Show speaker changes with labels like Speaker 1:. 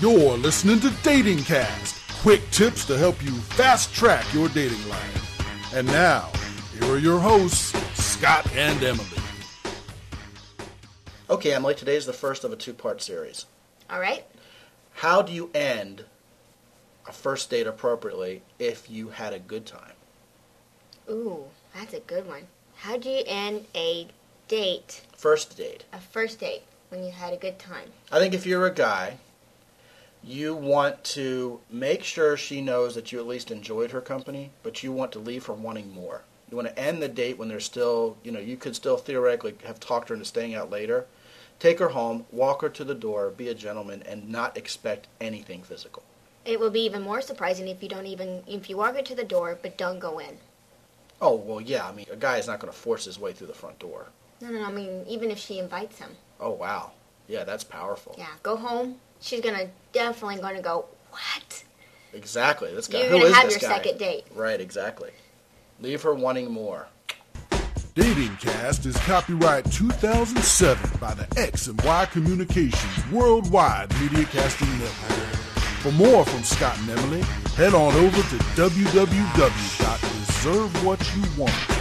Speaker 1: You're listening to Dating Cast. Quick tips to help you fast track your dating life. And now, here are your hosts, Scott and Emily.
Speaker 2: Okay, Emily, today's the first of a two part series.
Speaker 3: All right.
Speaker 2: How do you end a first date appropriately if you had a good time?
Speaker 3: Ooh, that's a good one. How do you end a date,
Speaker 2: First date.
Speaker 3: a first date, when you had a good time?
Speaker 2: I think if you're a guy, you want to make sure she knows that you at least enjoyed her company, but you want to leave her wanting more. You want to end the date when they're still, you know, you could still theoretically have talked her into staying out later. Take her home, walk her to the door, be a gentleman, and not expect anything physical.
Speaker 3: It will be even more surprising if you don't even if you walk into the door but don't go in.
Speaker 2: Oh, well, yeah, I mean, a guy is not going to force his way through the front door.
Speaker 3: No, no, no. I mean, even if she invites him,
Speaker 2: Oh, wow. Yeah, that's powerful.
Speaker 3: yeah, go home. She's gonna definitely gonna go. What?
Speaker 2: Exactly. This guy.
Speaker 3: You're
Speaker 2: Who
Speaker 3: gonna
Speaker 2: is
Speaker 3: have
Speaker 2: this
Speaker 3: your
Speaker 2: guy?
Speaker 3: second date.
Speaker 2: Right, exactly. Leave her wanting more.
Speaker 1: Dating Cast is copyright 2007 by the X and Y Communications Worldwide Media Casting Network. For more from Scott and Emily, head on over to www.reservewhatyouwant.com.